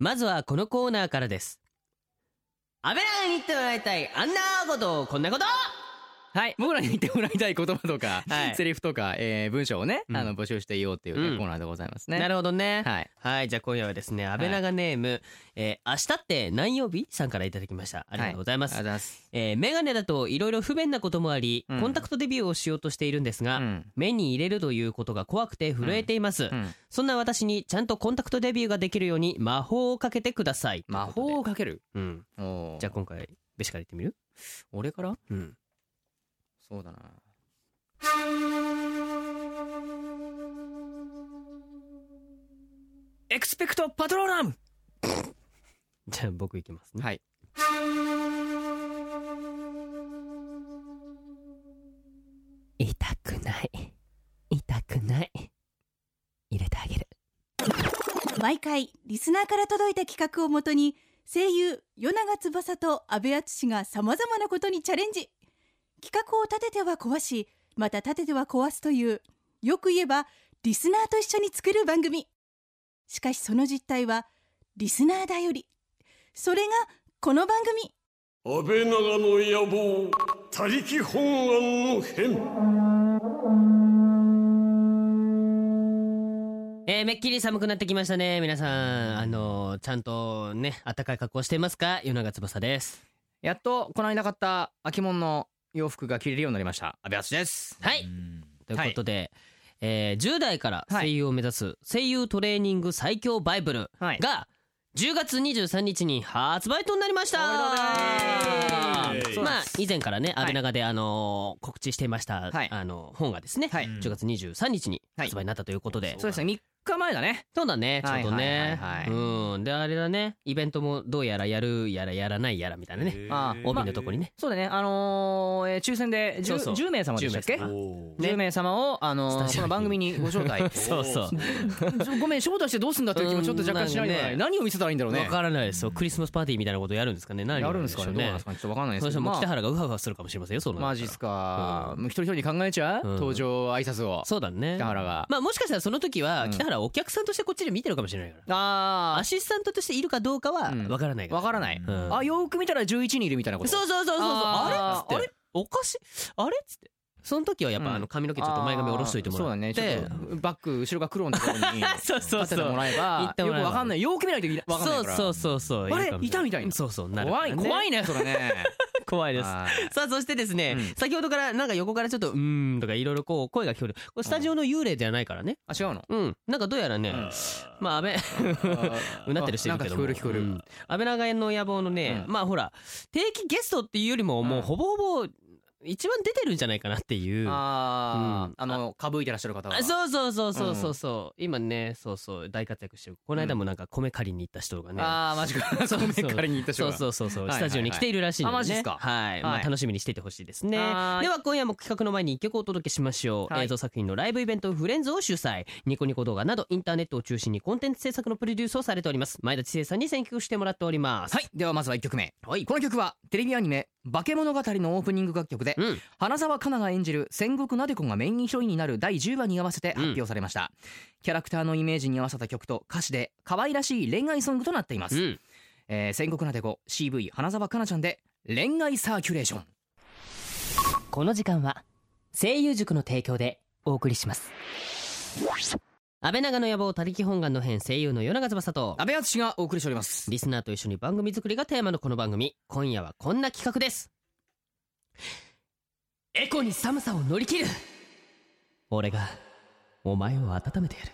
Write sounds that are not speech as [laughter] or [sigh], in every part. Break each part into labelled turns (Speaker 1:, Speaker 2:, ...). Speaker 1: まずはこのコーナーからです。安倍らに言ってもらいたい、あんなこと、こんなことはい。
Speaker 2: 僕らに言ってもらいたい言葉と [laughs] か、
Speaker 1: はい
Speaker 2: セリフとか、えー文章をね、
Speaker 1: うん
Speaker 2: あの募集していようっていうね、
Speaker 1: うん
Speaker 2: コーナーでございますね。
Speaker 1: なるほどね。
Speaker 2: はい。
Speaker 1: はい。じゃあ今夜はですね、安倍長ネーム、えー明日って何曜日さんからいただきました。ありがとうござい
Speaker 2: あ
Speaker 1: ま
Speaker 2: りが
Speaker 1: す。
Speaker 2: とうございます。
Speaker 1: えーメガネだといろいろ不便なこともあり、
Speaker 2: うん
Speaker 1: コンタクトデビューをしようとしているんです
Speaker 2: う
Speaker 1: が、
Speaker 2: ん。
Speaker 1: 目に入れるということが怖くて震えています、
Speaker 2: うん
Speaker 1: そんな私にちゃんとコンタクトデビューができるように魔法をかけてください
Speaker 2: 魔
Speaker 1: という
Speaker 2: 法
Speaker 1: こ
Speaker 2: をかける。
Speaker 1: とでうん、
Speaker 2: おー
Speaker 1: じゃあ今回べしから言ってみる
Speaker 2: 俺から
Speaker 1: うん
Speaker 2: そうだな。エクスペクトパトローナム
Speaker 1: じゃあ僕いきますね、
Speaker 2: はい。
Speaker 1: 痛くない痛くない入れてあげる
Speaker 3: 毎回リスナーから届いた企画をもとに声優与永翼と阿部淳がさまざまなことにチャレンジ企画を立てては壊しまた立てては壊すというよく言えばリスナーと一緒に作る番組しかしその実態はリスナーだよりそれがこの番
Speaker 4: [laughs]
Speaker 3: 組
Speaker 4: 安倍長の野望他力本願の変
Speaker 1: えー、めっきり寒くなってきましたね皆さんあのーちゃんとね暖かい格好してますか夜長翼です
Speaker 2: やっと、この間買った秋物の洋服が着れるようになりました。安部淳です。
Speaker 1: はいということで、えー10代から声優を目指す声優トレーニング最強バイブル
Speaker 2: はい。
Speaker 1: が10月23日に発売となりました
Speaker 2: おめでとうございます
Speaker 1: イエーイ
Speaker 2: そう
Speaker 1: ま
Speaker 2: で
Speaker 1: あ
Speaker 2: す
Speaker 1: 以前からね
Speaker 2: はい
Speaker 1: 安倍長であのー告知していました、
Speaker 2: はい
Speaker 1: あの本がですね、
Speaker 2: はい
Speaker 1: 10月23日に
Speaker 2: はい
Speaker 1: 発売になったということで、
Speaker 2: そうですね、3日前だね。
Speaker 1: そうだねちょ
Speaker 2: は
Speaker 1: う
Speaker 2: い
Speaker 1: どね
Speaker 2: はいはい
Speaker 1: うんであれだねイベントもどうやらやるやらやらないやらみたいなね
Speaker 2: あー
Speaker 1: 帯のとこにね、
Speaker 2: そうだね、あのーえー抽選で 10,
Speaker 1: そうそう
Speaker 2: 10名様でしたっけ
Speaker 1: 10名様ね
Speaker 2: ?10 名様を、あのー
Speaker 1: スタジオに。
Speaker 2: この番組にご招 [laughs] 待
Speaker 1: そうそう
Speaker 2: ちょごめん、招待してどうすんだっていう気もちょっと若干しないでもな
Speaker 1: う
Speaker 2: い。
Speaker 1: ん
Speaker 2: 何を見せたらいいんだろう
Speaker 1: わ
Speaker 2: ね。
Speaker 1: からないですよクリスマスパーティーみたいなことやるんですかね何
Speaker 2: やるんですかね。
Speaker 1: や
Speaker 2: どう
Speaker 1: るん
Speaker 2: なん
Speaker 1: ですしょ
Speaker 2: でかね。ちょっとわかんないで
Speaker 1: そ
Speaker 2: す
Speaker 1: の人
Speaker 2: けど。
Speaker 1: もう
Speaker 2: まあ
Speaker 1: 北原がウハウハするかもしれませんよそうなったら
Speaker 2: マジっすか。
Speaker 1: う
Speaker 2: もう一人一人に考えちゃう
Speaker 1: うん
Speaker 2: 登場挨拶を。
Speaker 1: そうだね
Speaker 2: 北原が。
Speaker 1: まあもしかしたらその時は
Speaker 2: うん
Speaker 1: 北原はお客さんとしてこっちで見てるかもしれないから、
Speaker 2: あ
Speaker 1: アシスタントとしているかどうかは
Speaker 2: うん
Speaker 1: わからない
Speaker 2: ー、
Speaker 1: から、
Speaker 2: わからない。
Speaker 1: うん
Speaker 2: あ、よーく見たら11人いるみたいなこと。
Speaker 1: そうそうそうそうそうあ
Speaker 2: あー
Speaker 1: れっつっておかしいあれっつってその時はやっ
Speaker 2: う
Speaker 1: ぱ
Speaker 2: ん
Speaker 1: あの髪の毛ちょっと前髪下ろしといてもらって、
Speaker 2: あーそうだね。ちょっとバック、後ろが黒のと [laughs] ころに
Speaker 1: [laughs] そうそうそう
Speaker 2: 立ててもらえ
Speaker 1: 行
Speaker 2: ば
Speaker 1: っ、ても
Speaker 2: よ
Speaker 1: らえば
Speaker 2: くわかんない。よーく見ないといわかんないから。
Speaker 1: そうそうそうそう
Speaker 2: あれ
Speaker 1: るかもし
Speaker 2: いたみたいな
Speaker 1: そうそうなるか
Speaker 2: 怖
Speaker 1: ら
Speaker 2: い
Speaker 1: ね
Speaker 2: 怖いねそれね
Speaker 1: 怖いです
Speaker 2: はい
Speaker 1: さあそしてですね、
Speaker 2: うん
Speaker 1: 先ほどからなんか横からちょっと「うーん」とかいろいろこう声が聞こえるこれスタジオの幽霊ではないからね
Speaker 2: あ違うの
Speaker 1: うんなんかどうやらね、まあ安倍
Speaker 2: [laughs]
Speaker 1: うなってる人いるけども
Speaker 2: なんか聞こえる聞こえる
Speaker 1: うん安倍長園の野望のね、
Speaker 2: うん
Speaker 1: まあほら定期ゲストっていうよりももううんほぼほぼ一番出てるんじゃないかなっていう、あう
Speaker 2: あ
Speaker 1: ん
Speaker 2: ーあのかぶいてらっしゃる方は
Speaker 1: そうそうそうそうそうそう今ねそうそう大活躍してるこの間もなんか米借りに行った人がね、
Speaker 2: あーマジか
Speaker 1: そう
Speaker 2: そ
Speaker 1: そうう
Speaker 2: めっかりに行った人
Speaker 1: そう
Speaker 2: が
Speaker 1: そうそうそう、
Speaker 2: はいはいはい
Speaker 1: スタジオに来ているらしいので、ね、
Speaker 2: あマジっすか
Speaker 1: はい、まあ、
Speaker 2: はい
Speaker 1: 楽しみにしていてほしいですね
Speaker 2: はーい
Speaker 1: では今夜も企画の前に一曲お届けしましょう、
Speaker 2: はい
Speaker 1: 映像作品のライブイベントフレンズを主催ニコニコ動画などインターネットを中心にコンテンツ制作のプロデュースをされております前田知世さんに選曲してもらっております
Speaker 2: はいではまずは1曲目
Speaker 1: はい
Speaker 2: この曲はテレビアニメ「化け物語」のオープニング楽曲で
Speaker 1: うん
Speaker 2: 花澤香菜が演じる戦国なでこがメインヒロインになる第10話に合わせて発表されましたキャラクターのイメージに合わせた曲と歌詞で可愛らしい恋愛ソングとなっていま
Speaker 1: う
Speaker 2: す
Speaker 1: ん
Speaker 2: えー戦国なでこ CV 花澤香菜ちゃんで恋愛サーキュレーション
Speaker 1: この時間は声優塾の提供でお送りします安倍長の野望他力本願の編声優の与永翼と
Speaker 2: 安倍淳がお送りしております
Speaker 1: リスナーと一緒に番組作りがテーマのこの番組今夜はこんな企画ですエコに寒さを乗り切る俺がお前を温めてやる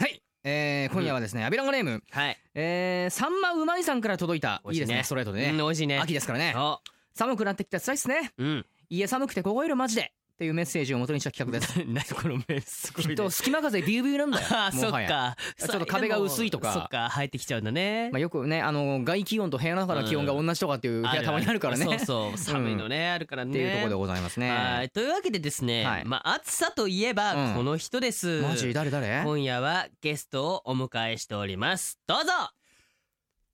Speaker 2: はい、えー、今夜はですね、アビランガネーム、
Speaker 1: はい
Speaker 2: えー、さんまうまいさんから届いた、
Speaker 1: 美
Speaker 2: い
Speaker 1: 味しいね
Speaker 2: いですね、ストレートで
Speaker 1: うん
Speaker 2: ね。
Speaker 1: 美味しいね
Speaker 2: 秋ですからね。
Speaker 1: そ
Speaker 2: 寒くなってきたら辛いっすね。
Speaker 1: う [laughs] うん
Speaker 2: 家寒くて凍えるマジで。っていうメッセージを元にした企画です。
Speaker 1: 何この目 [laughs] すごい
Speaker 2: き
Speaker 1: ね
Speaker 2: っと隙間風ビュービューなんだよ。
Speaker 1: [laughs] ああそ
Speaker 2: も
Speaker 1: っ
Speaker 2: はや。
Speaker 1: か
Speaker 2: ちょっと壁が薄いとか
Speaker 1: そっか入ってきちゃうんだね
Speaker 2: まあ、よくね、あの、外気温と部屋の中の気温が同じとかっていう部
Speaker 1: ある
Speaker 2: 屋たまにあるからね。
Speaker 1: そう
Speaker 2: っ
Speaker 1: そう寒いのねあるからね
Speaker 2: ていうところでございます
Speaker 1: は
Speaker 2: ね。
Speaker 1: いというわけでですね、
Speaker 2: はい
Speaker 1: まあ暑さといえば
Speaker 2: うん
Speaker 1: この人です、
Speaker 2: マジ誰誰
Speaker 1: 今夜はゲストをお迎えしておりますどうぞ
Speaker 4: 我が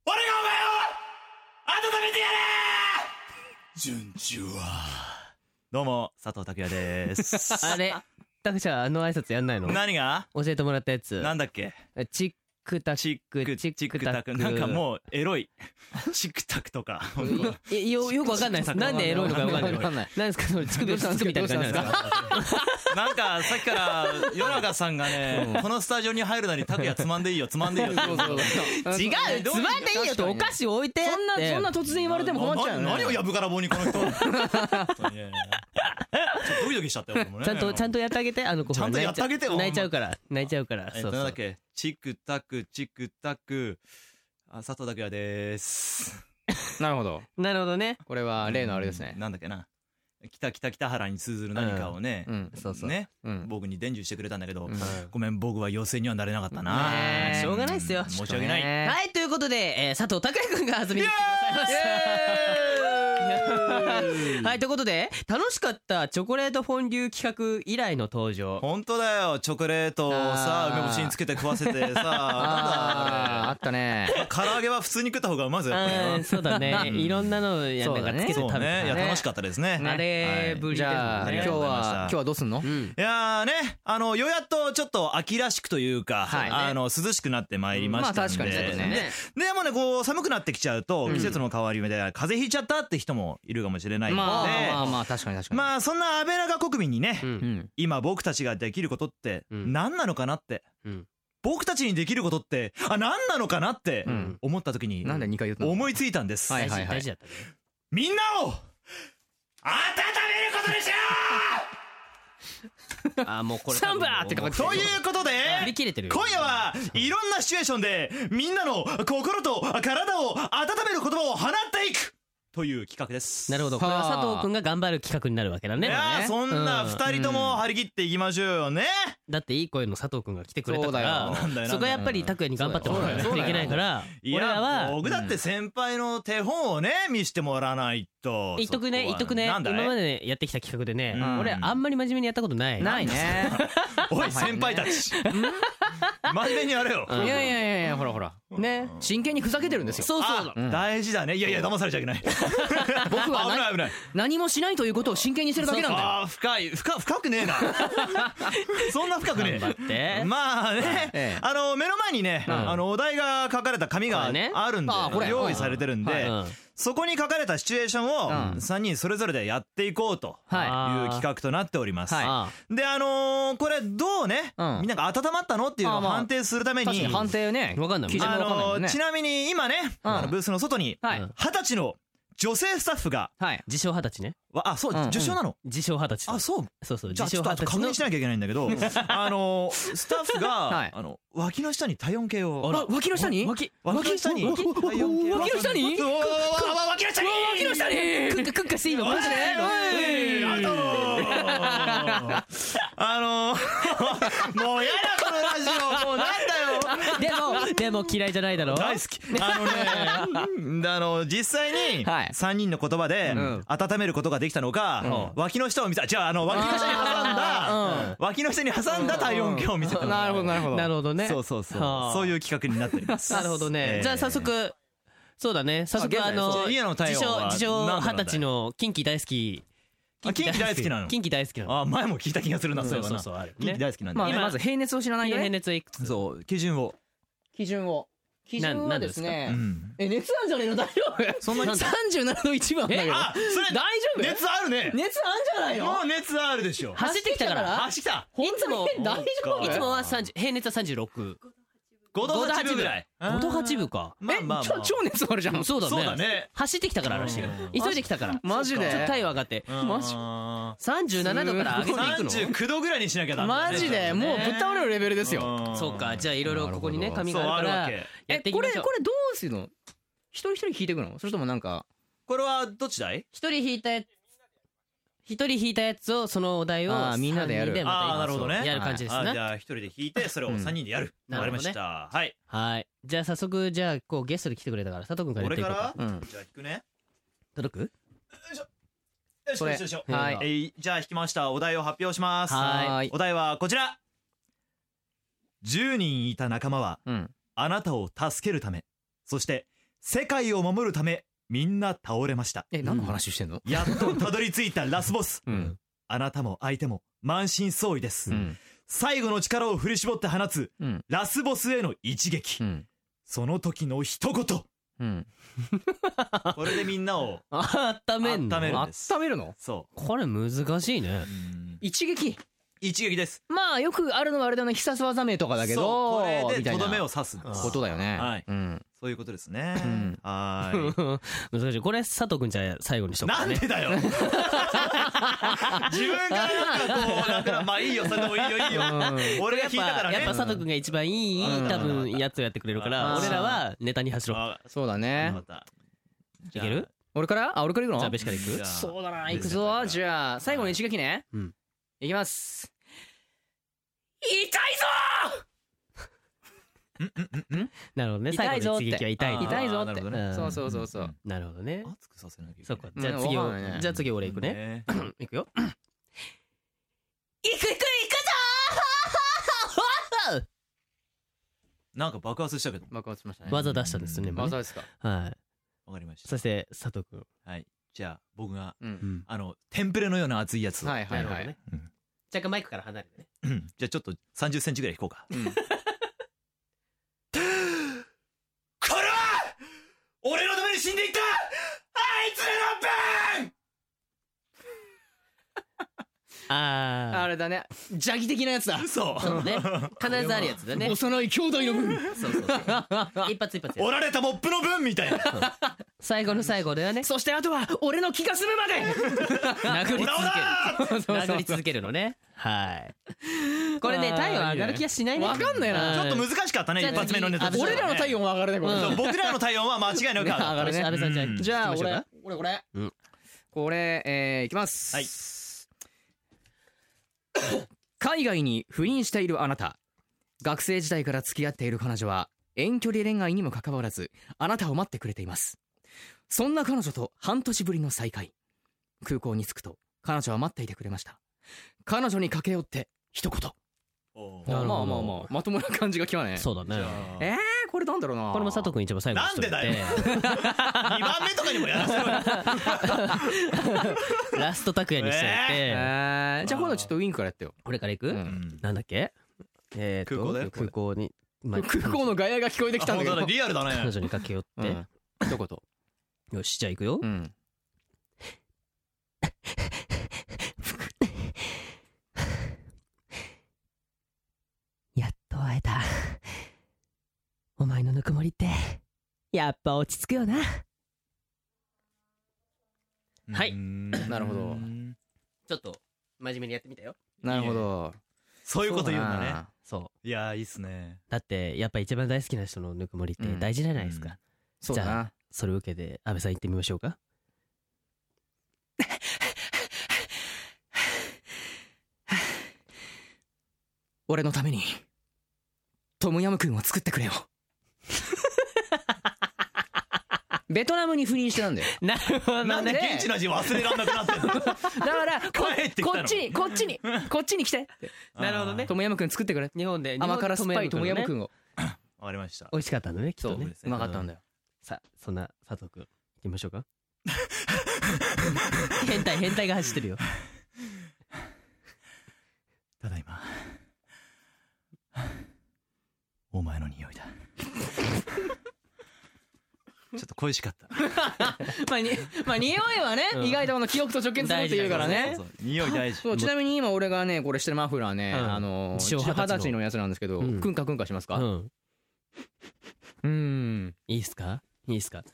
Speaker 4: お前を温めてやれ順調は
Speaker 5: どうも佐藤拓也です
Speaker 1: あれタクちゃんあの挨拶やんないの
Speaker 5: 何が
Speaker 1: 教えてもらったやつ
Speaker 5: なんだっけ
Speaker 1: チクタ
Speaker 5: チ
Speaker 1: チ
Speaker 5: ッ
Speaker 1: ッ
Speaker 5: ク
Speaker 1: ク
Speaker 5: チ
Speaker 1: チ
Speaker 5: ッ
Speaker 1: ッ
Speaker 5: ク
Speaker 1: ク
Speaker 5: タ
Speaker 1: タ
Speaker 5: ク
Speaker 1: ク
Speaker 5: なんかもうエロいチックタクとか
Speaker 1: えよよくわかん [laughs] ないですなんでエロいのかわかんない
Speaker 2: わかんない
Speaker 1: なんですかそれ乳首をつつくみたいな感じなんですか
Speaker 5: [laughs] なんかさっきから夜中さんがねこのスタジオに入るなりタクヤつまんでいいよつまん
Speaker 2: [laughs]
Speaker 5: でいいよ
Speaker 2: そうそうそう
Speaker 1: 違うつまんでいいよとお菓子置いて
Speaker 2: そんなそんな突然言われても困っちゃうよね
Speaker 5: な何をやぶから棒にこの人本当にねちょっとドキドキしちゃったよ俺もね
Speaker 1: ちゃんとちゃんとやってあげてあの子
Speaker 5: ちゃんとやってあげてよ
Speaker 1: 泣いちゃうから泣いちゃうから
Speaker 5: えっ
Speaker 1: そ
Speaker 5: と
Speaker 1: う
Speaker 5: なん
Speaker 1: そ
Speaker 5: だっ
Speaker 1: う
Speaker 5: けチックタクチックタクあ佐藤拓也です
Speaker 2: なるほど
Speaker 1: なるほどね
Speaker 2: これは例のあれですね
Speaker 5: なんだっけな北北北原に通ずる何かをね、
Speaker 2: うん
Speaker 1: そうそう
Speaker 5: ね、
Speaker 2: うん
Speaker 5: 僕に伝授してくれたんだけど、
Speaker 2: うん
Speaker 5: ごめん僕は妖精にはなれなかったな、
Speaker 1: ねえしょうがないっすよ
Speaker 5: 申し訳ない、
Speaker 2: ね
Speaker 1: はいということで、えー、佐藤拓也君が遊びに来てくださいましたいや [laughs] ーはいということで楽しかったチョコレートフォンデュ企画以来の登場
Speaker 5: 本当だよチョコレートをさ
Speaker 2: あー
Speaker 5: 梅干しにつけて食わせ
Speaker 2: [laughs]
Speaker 5: てさなんだ
Speaker 2: あーあ
Speaker 5: あ
Speaker 2: ったね
Speaker 5: れ唐揚げは普通に食った方がうまいぞやっぱ
Speaker 1: あ
Speaker 5: り
Speaker 1: ーそうだ
Speaker 5: [laughs]
Speaker 1: ねいろんなのや
Speaker 2: そう
Speaker 1: な
Speaker 2: だ
Speaker 1: んか
Speaker 2: ね
Speaker 1: つけて
Speaker 5: な
Speaker 1: 食べ
Speaker 5: そう
Speaker 1: て
Speaker 5: ねいや
Speaker 1: ね
Speaker 5: 楽しかったですね
Speaker 1: あれぶり
Speaker 2: じ
Speaker 1: です
Speaker 2: ゃ
Speaker 1: ね
Speaker 2: あ今日
Speaker 5: ね
Speaker 2: は
Speaker 5: ありがとうございました
Speaker 2: 今日はどうすんの
Speaker 1: うん
Speaker 5: いやーねあのようやっとちょっと秋らしくというか、
Speaker 2: はい
Speaker 5: あの涼しくなってまいりま
Speaker 2: ま
Speaker 5: し
Speaker 2: あ
Speaker 5: たん
Speaker 2: 確か
Speaker 5: で、
Speaker 2: にそうですね
Speaker 5: でもねこう寒くなってきちゃうと
Speaker 2: うん
Speaker 5: 季節の変わり目で風邪ひいちゃったって人もいるかもしれないので、
Speaker 2: まあまあ
Speaker 5: まあ
Speaker 2: まあ確かに確かに
Speaker 5: そんな安倍長国民にね、
Speaker 1: う
Speaker 2: うんん
Speaker 5: 今僕たちができることって
Speaker 1: うん
Speaker 5: 何なのかなって、
Speaker 1: うん
Speaker 5: 僕たちにできることってあ何なのかなって
Speaker 2: うん
Speaker 5: 思った時に
Speaker 2: なんで2回言ったの
Speaker 5: 思いついたんです、
Speaker 2: は
Speaker 1: 大
Speaker 2: い
Speaker 1: 事大事だったね
Speaker 5: みんなを温めることにしよ
Speaker 1: あーもうこれ
Speaker 2: サンバーって
Speaker 1: か
Speaker 2: か
Speaker 5: うということで
Speaker 1: 振り切れてるよ
Speaker 5: 今夜はいろんなシチュエーションでみんなの心と体を温める言葉を放っていくという企画です
Speaker 1: なるほどこれは佐藤君が頑張る企画になるわけだね
Speaker 5: いやーそんな
Speaker 1: うん
Speaker 5: 二人とも張り切っていきましょうよね、
Speaker 1: だっていい声の佐藤君が来てくれたか
Speaker 2: うん
Speaker 1: ら
Speaker 5: なんだよなんだよ
Speaker 1: そこはやっぱり拓也に頑張ってもらわないといけないから
Speaker 5: い
Speaker 1: 俺ら
Speaker 5: や
Speaker 1: は
Speaker 5: 僕だって先輩の手本をね見してもらわないと
Speaker 1: 言っとくね言
Speaker 5: そこは
Speaker 1: っとくね
Speaker 5: な
Speaker 1: 今
Speaker 5: んだい
Speaker 1: までねやってきた企画でね
Speaker 5: うん
Speaker 1: 俺あんまり真面目にやったことない
Speaker 2: ないね
Speaker 5: おい先輩たち真面目にやれよ
Speaker 2: いやいやいやいやほらほら
Speaker 1: ね
Speaker 2: 真剣にふざけてるんですよ
Speaker 1: そうそう
Speaker 5: あ大事だねいやいや騙されちゃいけない
Speaker 1: [laughs]
Speaker 2: 僕は
Speaker 5: 危ない
Speaker 2: 何
Speaker 5: 危ない
Speaker 2: 何もしないということを真剣にしてるだけなんだよ
Speaker 5: あー深い深深く
Speaker 1: [laughs]
Speaker 5: ねえなそんな深くね
Speaker 1: 頑張って
Speaker 5: えまあね、
Speaker 2: ええ
Speaker 5: あの目の前にね、
Speaker 1: ん
Speaker 5: あのお題が書かれた紙が
Speaker 1: これね
Speaker 5: あるんで、
Speaker 2: あこれ
Speaker 5: 用意されてるんで、
Speaker 1: うん
Speaker 5: そこに書かれたシチュエーション
Speaker 2: うん
Speaker 5: を3人それぞれでやっていこうという
Speaker 2: は
Speaker 5: 企画となっております、
Speaker 2: はい
Speaker 1: あ
Speaker 5: であのーこれどうね、
Speaker 2: うん
Speaker 5: みんなが温まったのっていうの
Speaker 2: あ
Speaker 5: を
Speaker 2: まあ
Speaker 5: 判定するため
Speaker 2: い確
Speaker 5: に
Speaker 2: かに判定ね
Speaker 1: わかんないもんね
Speaker 2: 基準も
Speaker 5: あ
Speaker 2: わかんないも
Speaker 5: の
Speaker 2: ん
Speaker 5: ー
Speaker 2: ね
Speaker 5: ちなみに今ね、
Speaker 2: うん
Speaker 5: あのブースの外に
Speaker 2: はい
Speaker 1: うん
Speaker 5: 二十歳の女性スタッフが
Speaker 2: はい
Speaker 1: 自称二十歳ね
Speaker 5: わあそう、
Speaker 2: うんうん
Speaker 5: 受賞なの
Speaker 1: 自称二十歳
Speaker 5: あそう
Speaker 1: そうそう
Speaker 5: じゃ
Speaker 1: 自
Speaker 5: あちょ
Speaker 1: 称
Speaker 5: っ
Speaker 1: 二
Speaker 5: と
Speaker 1: 十歳
Speaker 5: あと確
Speaker 1: の
Speaker 5: 認しなきゃいけないんだけ
Speaker 2: [laughs]
Speaker 5: どあのースタッフが、
Speaker 2: はい
Speaker 5: あの脇の下に体温計を
Speaker 2: あ脇の下に
Speaker 1: 脇
Speaker 5: 脇の下に
Speaker 2: 脇
Speaker 5: 体温計を
Speaker 2: 脇の下に
Speaker 5: うわ脇の下に
Speaker 2: 脇の下に
Speaker 1: クッカクッカしていいの
Speaker 5: おい
Speaker 1: マジで
Speaker 5: おいアウトあのーもうやだこのラジオもうなんだよ
Speaker 1: でも
Speaker 5: [laughs]
Speaker 1: でも嫌いじゃないだろ
Speaker 5: 大好きあのねあの実際に
Speaker 2: はい
Speaker 5: 3人の言葉で
Speaker 2: ん
Speaker 5: 温めることができたのか脇の下を見せたじゃああの脇の下に挟ん
Speaker 2: あ
Speaker 5: だ脇の下に挟んだ体温計を見せた
Speaker 2: なるほどなるほど
Speaker 1: なるほどね
Speaker 5: そうそうそう
Speaker 1: はあ
Speaker 5: そういう企画になっております
Speaker 1: なるほどね、
Speaker 5: えー
Speaker 1: じゃあ早速そうだね早速
Speaker 2: あ
Speaker 1: あ
Speaker 2: 現在
Speaker 1: の
Speaker 5: そう家の太
Speaker 1: 自
Speaker 5: 陽
Speaker 1: 称
Speaker 5: は
Speaker 1: 自称
Speaker 5: 何な
Speaker 1: 二
Speaker 5: ん
Speaker 1: 十
Speaker 5: だ
Speaker 1: 歳の近畿大好き
Speaker 5: あ近畿大好きなの
Speaker 1: 近畿大好きなの
Speaker 5: あ前も聞いた気がするな
Speaker 1: うん
Speaker 5: そういえばな
Speaker 1: そうそうそうある
Speaker 5: 近畿大好きなん
Speaker 2: まあ
Speaker 5: で
Speaker 2: ね
Speaker 1: 今
Speaker 2: まず平熱を知らないよ
Speaker 1: 平
Speaker 2: ね
Speaker 1: 熱はいくつ
Speaker 5: そう基準を
Speaker 2: 基準を基準
Speaker 1: な
Speaker 2: は
Speaker 1: んで
Speaker 2: で
Speaker 1: です
Speaker 2: す
Speaker 1: か
Speaker 5: う
Speaker 2: ね
Speaker 5: ん
Speaker 2: え熱あんじゃねえの大丈 [laughs] 夫
Speaker 5: そんなに
Speaker 2: 37度1番だけど
Speaker 5: あそれ
Speaker 2: 大丈夫
Speaker 5: 熱あるね
Speaker 2: 熱あんじゃない
Speaker 5: も
Speaker 2: の
Speaker 5: う熱あるでしょ
Speaker 1: 走ってきたから
Speaker 5: あ、きた
Speaker 1: いつも
Speaker 2: 本当に大丈夫
Speaker 1: いつもは30平熱は36
Speaker 5: 5度8分ぐらい
Speaker 1: 5度8分か
Speaker 5: まあまあまあ
Speaker 2: え超超熱あるじゃん
Speaker 1: そうだね
Speaker 5: そうだね
Speaker 1: 走ってきたかららしいよ
Speaker 5: うん
Speaker 1: 急いできたから
Speaker 2: マジで
Speaker 1: ちょっと体温上がって
Speaker 2: マジ
Speaker 5: 37
Speaker 1: 37度から上げていくの
Speaker 5: 39度ぐらいにしなきゃダメだね
Speaker 2: マジでもうぶっ倒れるレベルですよ
Speaker 1: そうかじゃあいろいろここにね
Speaker 2: なる
Speaker 1: 紙
Speaker 5: そう
Speaker 1: が
Speaker 5: あ
Speaker 1: あ
Speaker 5: る
Speaker 1: る
Speaker 5: わ
Speaker 1: から
Speaker 5: け
Speaker 1: や
Speaker 2: え
Speaker 1: っていき
Speaker 2: こ
Speaker 1: ま
Speaker 2: れ
Speaker 1: しょう
Speaker 2: これどうするの一人一人引いていくのそれともなんか
Speaker 5: これはどっちだい
Speaker 1: 一人引いたやつ一人引いたやつをそのお題を
Speaker 2: あーみんなでやる
Speaker 1: 三人また
Speaker 5: あーなるほどね
Speaker 1: やる感じです
Speaker 5: あじ
Speaker 1: ね
Speaker 5: ゃあ一人で弾いてそれを三人でやる
Speaker 1: うん
Speaker 5: わかりましたはい
Speaker 1: はいじゃあ早速じゃあこうゲストで来てくれたから佐藤君からやっ
Speaker 5: 俺
Speaker 1: てい
Speaker 5: か
Speaker 1: こう
Speaker 5: ら
Speaker 2: うん
Speaker 5: じゃあ弾くね
Speaker 1: 届く
Speaker 5: よし
Speaker 2: こ
Speaker 5: よ
Speaker 2: れ
Speaker 5: しよしよし
Speaker 2: はい
Speaker 5: えいじゃあ弾きましたお題を発表します
Speaker 2: はーい
Speaker 5: お題はこちら10人いた仲間は
Speaker 2: うん
Speaker 5: あなたを助けるためそして世界を守るためみんな倒れました
Speaker 2: え何の話してんの
Speaker 5: やっとたどり着いたラスボス
Speaker 2: うん
Speaker 5: あなたも相手も満身創痍です、
Speaker 2: うん
Speaker 5: 最後の力を振り絞って放つ
Speaker 2: うん
Speaker 5: ラスボスへの一撃、
Speaker 2: うん
Speaker 5: その時の一言
Speaker 2: うん
Speaker 5: これでみんなを
Speaker 1: あっためんの
Speaker 5: 温める
Speaker 2: 温
Speaker 5: です
Speaker 2: めるの
Speaker 5: そ
Speaker 1: これ難しいね
Speaker 5: ううん
Speaker 2: 一撃
Speaker 5: 一撃です
Speaker 2: まあよくあるのはあれだな必殺技名とかだけど
Speaker 5: そうこれ
Speaker 2: み
Speaker 5: で
Speaker 2: たい
Speaker 5: と
Speaker 2: な
Speaker 5: どめを刺すんです
Speaker 2: ことだよね、
Speaker 5: はい
Speaker 2: うん、
Speaker 5: そういうことですね
Speaker 2: ん
Speaker 5: はーい
Speaker 1: 難しいこれ佐藤くんじゃあ最後にしとこ
Speaker 5: [laughs] な
Speaker 1: うんね
Speaker 5: でだよ [laughs] 自分からなんかこうなんかまあいいよそれでもいいよいいよ俺が
Speaker 1: やっ
Speaker 5: 聞いたから
Speaker 1: ぱやっぱ
Speaker 5: ね
Speaker 1: 佐藤くんが一番いい
Speaker 5: うん
Speaker 1: 多分やつをやってくれるから
Speaker 5: うん
Speaker 1: 俺らはネタに走ろう
Speaker 5: あ
Speaker 2: そうだ
Speaker 5: よ
Speaker 2: ね
Speaker 5: かった
Speaker 1: いける
Speaker 2: 俺からあ俺から行くの
Speaker 1: じゃあべしからいく
Speaker 5: じゃあ
Speaker 2: そうだな
Speaker 5: ベ
Speaker 2: 行
Speaker 5: シ
Speaker 2: く
Speaker 5: だか
Speaker 2: ぞ
Speaker 5: ら
Speaker 2: じゃあ最後の一撃ね、
Speaker 1: うん
Speaker 2: いきます痛いぞ
Speaker 1: なるほどね
Speaker 2: 痛
Speaker 1: 最
Speaker 2: い
Speaker 1: 後の一
Speaker 2: ぞっ
Speaker 1: 撃
Speaker 2: て
Speaker 1: は痛い
Speaker 5: あー
Speaker 1: ね
Speaker 2: 痛いぞ
Speaker 5: な
Speaker 2: っ
Speaker 5: る
Speaker 2: て、
Speaker 5: ほどね
Speaker 2: そうそうそうそう、
Speaker 5: うん
Speaker 1: なるほどね
Speaker 5: 熱くさせなきゃいけない
Speaker 1: そっかじゃあ次
Speaker 2: わ
Speaker 1: を
Speaker 2: かんないね
Speaker 1: じゃあ次俺行くね
Speaker 5: ね
Speaker 1: いくよ
Speaker 3: 行く行く
Speaker 5: なんか爆発したけど
Speaker 2: 爆発しましたね
Speaker 1: 技出したんですよね今
Speaker 2: 技
Speaker 1: ね
Speaker 2: ですか
Speaker 1: はい
Speaker 5: わかりました
Speaker 1: そして佐藤くん
Speaker 5: はいじゃあ僕が
Speaker 2: うん
Speaker 5: あのテンプレのような熱いやつを
Speaker 2: はいは
Speaker 1: な
Speaker 2: い
Speaker 1: るほ
Speaker 2: は
Speaker 1: ど
Speaker 2: い
Speaker 1: ね若干マイクから離れてね
Speaker 5: うんじゃあちょっと30センチぐらい引こうか
Speaker 2: うん
Speaker 5: これは俺のために死んでいったあいつらの分
Speaker 2: あ [laughs]
Speaker 1: あ
Speaker 2: れだね邪気的なやつだ
Speaker 5: 嘘
Speaker 1: あね必ずあるやつだね
Speaker 2: 幼い兄弟の分
Speaker 1: そうそうそう一発一発や
Speaker 5: 折られたモップの分みたいな
Speaker 1: 最後の最後ではね
Speaker 2: そしてあとは俺の気が済むまで
Speaker 1: 殴り
Speaker 5: オラオ
Speaker 1: 続ける
Speaker 5: ラー
Speaker 2: そうそうそう
Speaker 1: 殴り続けるのねはいこれね
Speaker 2: あー
Speaker 1: 体温上がる気がしないね
Speaker 2: わかんないな
Speaker 1: う
Speaker 5: ちょっと難しかったね
Speaker 1: じゃ
Speaker 5: 一
Speaker 1: あ
Speaker 5: 発目のネタとしてはね
Speaker 2: 俺らの体温は上がるねこれ、
Speaker 1: うん
Speaker 5: そう僕らの体温は間違いなく上が
Speaker 2: 上がるね
Speaker 1: 安倍さんじゃあ
Speaker 5: うん
Speaker 2: じゃあ
Speaker 1: 聞きましょう
Speaker 2: 俺
Speaker 1: か
Speaker 2: 俺これ、
Speaker 1: うん
Speaker 2: これえー、いきます、
Speaker 5: はい
Speaker 2: [coughs] 海外に赴任しているあなた学生時代から付き合っている彼女は遠距離恋愛にもかかわらずあなたを待ってくれていますそんな彼女と半年ぶりの再会空港に着くと彼女は待っていてくれました彼女に駆け寄って一言
Speaker 5: おう
Speaker 1: なるほど
Speaker 2: まあまあまあまともな感じがきまね
Speaker 1: そうだ
Speaker 5: じ
Speaker 1: ね
Speaker 5: ゃあ
Speaker 2: えー、これなんだろうな
Speaker 1: これも佐藤君一番最後にしといて
Speaker 5: なんでだ二番目とかにもやらせろよ
Speaker 1: ラスト拓也にしとい
Speaker 2: え
Speaker 1: て
Speaker 2: ー、じゃあ今度ちょっとウィンクからやってよ
Speaker 1: これから行
Speaker 2: う
Speaker 1: く
Speaker 2: ん
Speaker 1: なんだっけえーと
Speaker 5: 空港だよ
Speaker 1: 空港にまあ
Speaker 2: 空港のガヤが聞こえてきたんだけ
Speaker 5: あ本
Speaker 2: ど
Speaker 5: 当だリアルだ
Speaker 1: 彼
Speaker 5: ね
Speaker 1: 女に駆け寄
Speaker 2: う
Speaker 1: っ
Speaker 2: ん一言
Speaker 1: てよしじゃあ行くよ
Speaker 2: うん
Speaker 1: [laughs] やっと会えたお前のぬくもりってやっぱ落ち着くよなはいう
Speaker 5: ーん
Speaker 2: なるほど
Speaker 1: ちょっと真面目にやってみたよ
Speaker 2: なるほど
Speaker 5: そういうこと言うんだね
Speaker 1: そう
Speaker 5: いやーいいっすね
Speaker 1: だってやっぱ一番大好きな人のぬくもりって大事じゃないですか、
Speaker 5: うん
Speaker 2: そうだ
Speaker 1: じゃ
Speaker 2: な
Speaker 1: それを受けて安倍さん行ってみましょうか
Speaker 2: 俺のためにトムヤムクンを作ってくれよ [laughs] ベトナムに赴任してたんだよ
Speaker 1: なるほど
Speaker 5: なんで
Speaker 2: ね
Speaker 5: 現地の味忘れらんなくなってんの
Speaker 2: だからこ
Speaker 5: [laughs] 帰ってきたの
Speaker 2: こっちにこっちにこっちに来て
Speaker 1: なるほどね
Speaker 2: トムヤムクン作ってくれ
Speaker 1: 日本で
Speaker 2: 甘辛酸っぱいトムヤムク
Speaker 1: ん
Speaker 2: ンを
Speaker 5: わかりました
Speaker 1: 美味しかったんだねきっと
Speaker 5: そう
Speaker 1: ね
Speaker 5: です
Speaker 2: うまかったんだよ
Speaker 1: さあそんな佐藤くん行きましょうか変態変態が走ってるよ
Speaker 5: ただいまお前の匂いだちょっと恋しかった
Speaker 2: まあに [laughs] まあ匂いはね
Speaker 1: うん
Speaker 2: 意外とあの記憶と直結するっていうからね
Speaker 5: そうそう匂い大事
Speaker 2: そうちなみに今俺がねこれしてるマフラーね
Speaker 1: うん
Speaker 2: あの
Speaker 1: 自称
Speaker 2: 二
Speaker 1: 二十歳
Speaker 2: 十
Speaker 1: の
Speaker 2: 歳のやつなんですけど
Speaker 1: うん
Speaker 2: くんかくんかします
Speaker 1: う
Speaker 2: か
Speaker 1: ん
Speaker 2: うん
Speaker 1: いいっすかいいっすか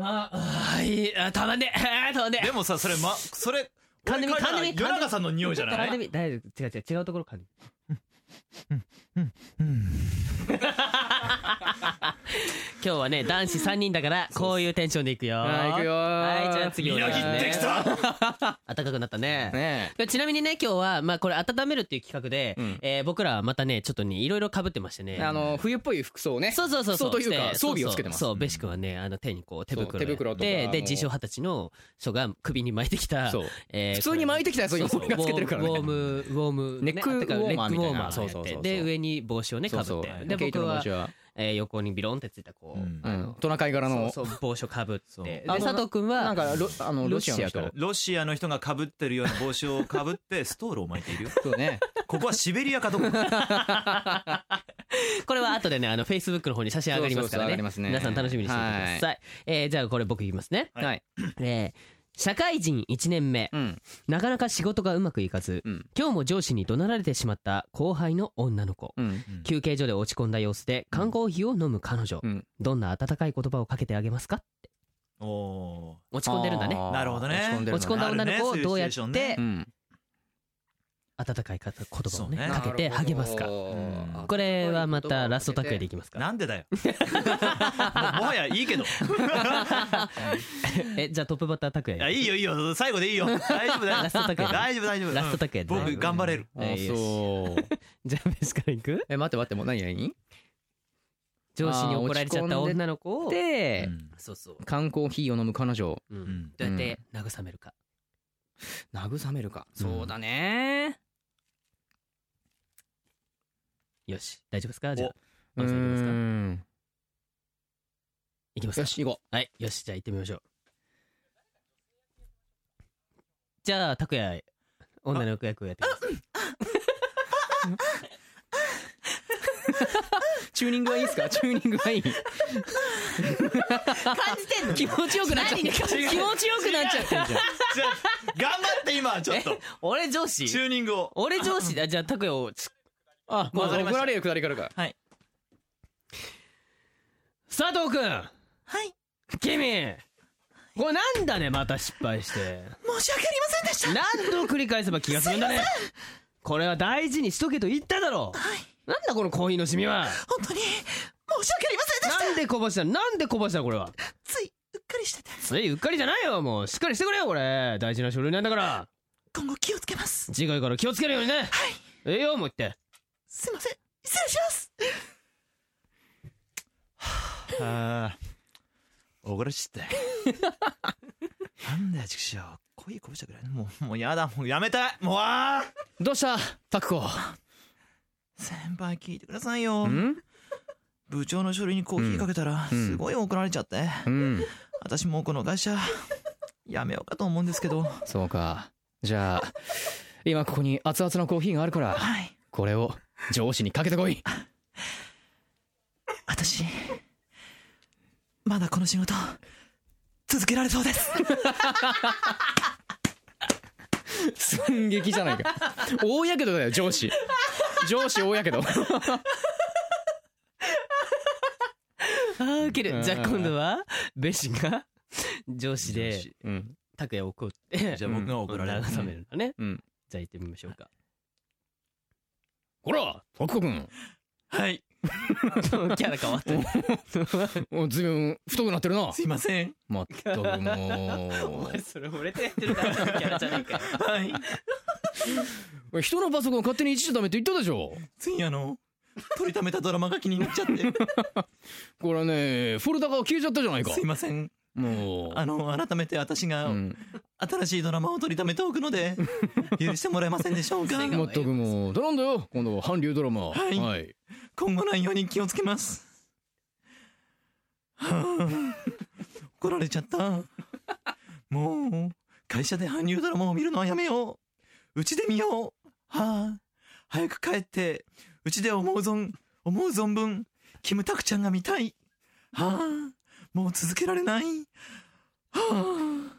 Speaker 1: ああーいいあたまんねえたまんね
Speaker 5: でもさそれまそれ
Speaker 1: 噛んでみ
Speaker 5: 俺
Speaker 1: 噛んでみ噛んでみ
Speaker 5: 彼ら夜中さんの匂いじゃな
Speaker 1: 大
Speaker 5: い
Speaker 1: 丈夫大丈夫違う違う違うところか今日はね男子三人だからこういうテンションでいくよ
Speaker 2: はい行くよー
Speaker 1: はいじゃあ次お
Speaker 5: み
Speaker 1: 願
Speaker 5: ない
Speaker 1: し
Speaker 5: ぎ
Speaker 1: ま
Speaker 5: っ
Speaker 1: す
Speaker 5: てきた
Speaker 1: 暖かくなったね
Speaker 2: ね
Speaker 1: ちなみにね今日はまあこれ温めるっていう企画で、
Speaker 2: うん
Speaker 1: えー僕らはまたねちょっとねいろいろ被ってまして
Speaker 2: え
Speaker 1: ね
Speaker 2: あの冬っぽい服装をね
Speaker 1: そうそうそうそう
Speaker 2: 服装というか
Speaker 1: して
Speaker 2: 装備をつけてます
Speaker 1: そうそうベシ君はねあの手にこう手袋
Speaker 2: そう手袋とか
Speaker 1: で
Speaker 2: あ
Speaker 1: で
Speaker 2: の
Speaker 1: 自称二十歳の人が首に巻いてきた
Speaker 2: そう
Speaker 1: えー
Speaker 2: 普通に巻いてきたやつを今
Speaker 1: そうそう
Speaker 2: 俺がつけてるからね
Speaker 1: ウォームウォームウォーム
Speaker 2: ネック
Speaker 1: ねあったかい
Speaker 2: ウォーマー
Speaker 1: ネックウォ
Speaker 2: みたいな
Speaker 1: ーマー
Speaker 2: そうそうそうそう
Speaker 1: で上に帽子をねか
Speaker 2: そう
Speaker 1: ぶっ
Speaker 2: そう
Speaker 1: てで
Speaker 2: 毛
Speaker 1: 僕
Speaker 2: 糸の
Speaker 1: は
Speaker 2: 帽子は
Speaker 1: えー横にビロンってついたこう、
Speaker 5: う
Speaker 2: う
Speaker 5: ん
Speaker 1: あ
Speaker 2: ん
Speaker 1: の
Speaker 2: トナカイ柄の
Speaker 1: そうそう帽子をかぶっ
Speaker 5: そう
Speaker 1: てで
Speaker 2: あの
Speaker 1: 佐藤君
Speaker 2: な
Speaker 1: は
Speaker 2: んかロあのロシアの人
Speaker 5: ロシアの人が被ってるような帽子を被ってストールを巻いているよ
Speaker 2: そうね
Speaker 5: ここはシベリアかどこか
Speaker 1: これは後でねあのフェイスブックの方に写真 [laughs] 上がりますから
Speaker 2: そうそうそう上が
Speaker 1: ね
Speaker 2: りますね
Speaker 1: 皆さん楽しみにしておいてください、えーじゃあこれ僕言いますね、
Speaker 5: はい
Speaker 2: はい
Speaker 1: えー社会人1年目
Speaker 2: うん
Speaker 1: なかなか仕事がうまくいかず、
Speaker 2: うん
Speaker 1: 今日も上司に怒鳴られてしまった後輩の女の子、
Speaker 2: うん
Speaker 1: 休憩所で落ち込んだ様子で缶コーヒーを飲む彼女、
Speaker 2: うん
Speaker 1: どんな温かい言葉をかけてあげますか
Speaker 5: おお
Speaker 1: 落ち込んでるんだね
Speaker 2: あー
Speaker 5: なるほどね
Speaker 2: 落ち込んでる
Speaker 1: 落ち込ん
Speaker 2: だ
Speaker 1: だ
Speaker 5: ある
Speaker 1: 女
Speaker 5: ね
Speaker 1: の子をどうやっ
Speaker 5: そういうシチュエー
Speaker 1: て
Speaker 5: ションね
Speaker 2: うん
Speaker 1: 温かいか言葉をね
Speaker 5: そうね
Speaker 1: かけて励ますか
Speaker 5: うん
Speaker 1: これはまたラストタックへでい
Speaker 2: き
Speaker 1: きます
Speaker 5: ー
Speaker 1: か
Speaker 5: なんでだよ [laughs] もうもはやいいけど
Speaker 1: えじゃあトップバッタータク
Speaker 5: いや
Speaker 1: へ
Speaker 5: いいよいいよ最後でいいよ大丈夫
Speaker 1: ラ
Speaker 5: 大
Speaker 1: ス
Speaker 5: 丈
Speaker 1: トタク
Speaker 5: 夫
Speaker 1: へ
Speaker 5: 大丈夫大丈夫
Speaker 1: ラストタクへ
Speaker 5: 僕頑張れる
Speaker 1: えー
Speaker 2: そう
Speaker 1: じゃあベースからいく
Speaker 2: え待って待ってもう何何
Speaker 1: 上司に怒られちゃった女の子を
Speaker 5: う
Speaker 2: で
Speaker 5: ん
Speaker 1: そうそう、
Speaker 2: 缶コーヒーを飲む彼女を
Speaker 1: うん
Speaker 5: うん
Speaker 1: どうやって慰めるか、
Speaker 2: 慰めるか
Speaker 5: うん
Speaker 2: そうだね
Speaker 1: よし大丈夫ですかじゃあ
Speaker 2: う
Speaker 1: 青木さんいきますか
Speaker 2: ん
Speaker 1: いきます
Speaker 2: よ
Speaker 1: か
Speaker 2: し行こ
Speaker 1: はいよしじゃあ行ってみましょうじゃあ拓也女の子役をやってくださいう
Speaker 2: チューニングはいいですかチューニングはいい
Speaker 3: 感じてんの
Speaker 2: 気持ちよくなっちゃって気持ちよくなっちゃってんじゃん
Speaker 5: じゃあ頑張って今ちょっと
Speaker 1: 俺上
Speaker 5: チ
Speaker 1: 司
Speaker 5: ューニングを
Speaker 1: 俺上司だじゃあ拓也を
Speaker 2: あ
Speaker 1: もう
Speaker 2: まあ
Speaker 1: わかりまし
Speaker 2: 怒
Speaker 1: た
Speaker 2: られるくだりからか
Speaker 1: 佐藤君
Speaker 4: はい
Speaker 1: 君これなんだねまた失敗して
Speaker 4: 申し訳ありませんでした
Speaker 1: 何度繰り返せば気が済むんだねこれは大事にしとけと言っただろう
Speaker 4: はい
Speaker 1: なんだこのコーヒーのシミは
Speaker 4: 本当に申し訳ありませんでした
Speaker 1: なんでこぼしたのなんでこぼしたのこれは
Speaker 4: ついうっかりしてて
Speaker 1: ついうっかりじゃないよもうしっかりしてくれよこれ大事な書類なんだから
Speaker 4: 今後気をつけます
Speaker 1: 次回から気をつけるようにね
Speaker 4: はい
Speaker 1: ええよもう言って
Speaker 4: すいません失礼します
Speaker 5: あー怒らしちゃったよなんだよ畜生こういうこぼしたくらいもうもうやだもうやめたいもうあー
Speaker 2: どうしたタクコ
Speaker 5: 先輩聞いてくださいよ
Speaker 2: ん
Speaker 5: 部長の書類にコーヒーかけたら
Speaker 2: うん
Speaker 5: すごい怒られちゃって、
Speaker 2: うん
Speaker 5: 私もうこの会社やめようかと思うんですけど
Speaker 2: そうかじゃあ今ここに熱々のコーヒーがあるから
Speaker 5: はい
Speaker 2: これを上司にかけてこい
Speaker 5: 私まだこの仕事続けられそうです
Speaker 2: 寸劇じゃないか大やけどだよ上司上司大やけど
Speaker 1: ああウケるじゃあ今度はベシが上司
Speaker 5: 上
Speaker 1: で
Speaker 5: 司
Speaker 2: うん
Speaker 1: 拓也を怒って
Speaker 5: じゃあ僕が怒られる、
Speaker 1: 慰めるんだね
Speaker 2: うん
Speaker 1: じゃあ行ってみましょうか
Speaker 2: ほらタクコくん
Speaker 5: はい
Speaker 1: キャラ変わったね
Speaker 2: おずいぶん太くなってるな
Speaker 5: すいません
Speaker 2: まったく
Speaker 1: お
Speaker 2: も
Speaker 1: 前 [laughs] それ俺とやってるだけのキャラじゃねえかよ
Speaker 5: はい
Speaker 2: う人のパソコン勝手にいじっちゃダメって言ったでしょ
Speaker 5: ついあの取りためたドラマが気になっち
Speaker 2: [laughs]
Speaker 5: ゃって
Speaker 2: これねフォルダが消えちゃったじゃないか
Speaker 5: すいません
Speaker 2: もう
Speaker 5: あの改めて私が
Speaker 2: うん
Speaker 5: 新しいドラマを取りためておくので許してもらえませんでしょうか
Speaker 2: まったくもう頼んだよ今度は韓流ドラマ
Speaker 5: はい
Speaker 2: はい
Speaker 5: 今後ないように気をつけます [laughs] はあ怒られちゃったもう会社で韓流ドラマを見るのはやめよううちで見ようはあ早く帰ってうちで思う存思う存分キムタクちゃんが見たいはあもう続けられないは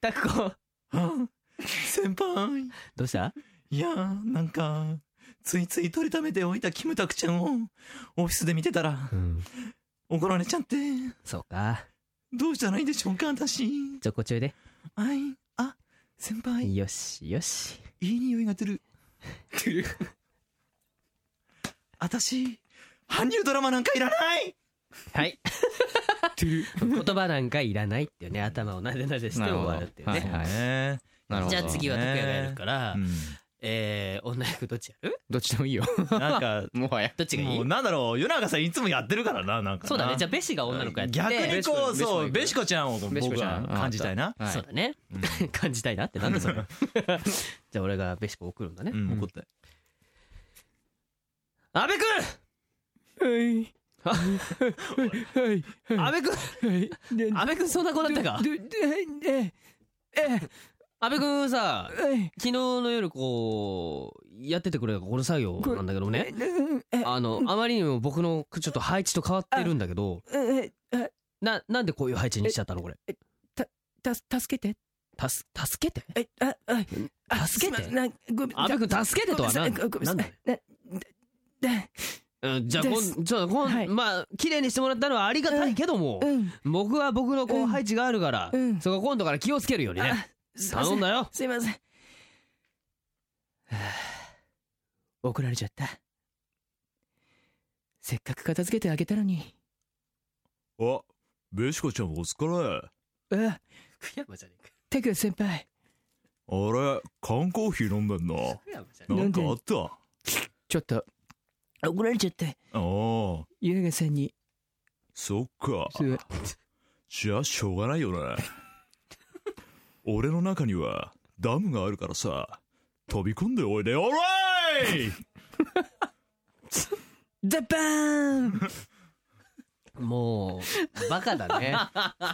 Speaker 1: タクコ
Speaker 5: あはあ先輩
Speaker 1: どうした
Speaker 5: いやー、なんか、ついつい取りためておいたキムタクちゃんを、オフィスで見てたら、
Speaker 1: うん
Speaker 5: 怒られちゃって、
Speaker 1: そうか
Speaker 5: どうしたらいいでしょうか、私。
Speaker 1: じゃあこっちおいで
Speaker 5: はい。あ、先輩、
Speaker 1: よしよ [laughs] し
Speaker 5: いい匂いがする。私、韓流ドラマなんかいらない
Speaker 1: はい [laughs] 言葉なんかいらないっていうね頭をなでなでして終わるっていう
Speaker 2: なる
Speaker 1: ね
Speaker 2: ほどはい
Speaker 5: ね
Speaker 2: なるほど
Speaker 1: じゃあ次は拓也がやるから、
Speaker 5: うん
Speaker 1: えー、女役どっちやる
Speaker 2: どっちでもいいよ
Speaker 5: なんか、
Speaker 2: もはや
Speaker 1: どっちがいい
Speaker 5: もうなんだろう、夜中さんいつもやってるからな、なんかな。
Speaker 1: そうだねじゃあベシが女の子やって
Speaker 5: 逆にこう、
Speaker 2: ベシコ
Speaker 5: そう、ベシコちゃんを
Speaker 2: ベシコ
Speaker 5: 僕
Speaker 2: ちゃ
Speaker 5: は
Speaker 2: ん
Speaker 5: 感じたいな。
Speaker 2: はい
Speaker 1: そうだね、 [laughs] 感じたいなってなんだそれ [laughs] じゃあ俺がベシコ送るんだね、
Speaker 5: うん、怒って。
Speaker 1: 阿部君
Speaker 6: はい。はい。
Speaker 1: 阿部君
Speaker 6: はい。で
Speaker 1: 阿部君そんな子だったか
Speaker 6: で、で、で、え、
Speaker 1: 阿部君さ
Speaker 6: はい。
Speaker 1: 昨日の夜こうやっててくれたこの作業なんだけどね
Speaker 6: え、うんえ、
Speaker 1: あのあまりにも僕のちょっと配置と変わってるんだけど
Speaker 6: え、え、
Speaker 1: ななんでこういう配置にしちゃったのこれ
Speaker 6: たす、助けて。
Speaker 1: たす助けて
Speaker 6: え、あ、あ、あ
Speaker 1: 助けて
Speaker 6: すいませんなごめん
Speaker 1: 阿部君助けてとはなん
Speaker 6: ごめん
Speaker 1: なんだ
Speaker 6: なさいごめんなさいなで
Speaker 1: うんじゃあ
Speaker 6: で
Speaker 1: こ
Speaker 6: す
Speaker 1: んじゃあこん、
Speaker 6: はい
Speaker 1: まあ綺麗にしてもらったのはありがたいけども、
Speaker 6: でうん
Speaker 1: 僕は僕のこ
Speaker 6: う
Speaker 1: うん配置があるから、
Speaker 6: うん
Speaker 1: そこ今度から気をつけるようにね
Speaker 6: あすいませ
Speaker 1: 頼んだよ
Speaker 6: すいませんはあ [sighs] 怒られちゃったせっかく片付けてあげたのに
Speaker 4: あ、ベシコちゃんお疲れ。
Speaker 6: あ
Speaker 1: 福山じゃねえか
Speaker 6: てか先輩
Speaker 4: あれ、缶コーヒー飲んでんな。
Speaker 1: 福山じゃね
Speaker 4: なんかあったあ
Speaker 6: ちょっと怒られちゃって
Speaker 4: あー、
Speaker 6: 湯永さんに
Speaker 4: そっか。
Speaker 6: すご
Speaker 4: じゃあしょうがないよね。俺の中にはダムがあるからさ、飛び込んでおいで。オーライ
Speaker 6: ザバーン [laughs]
Speaker 1: えもうバカだね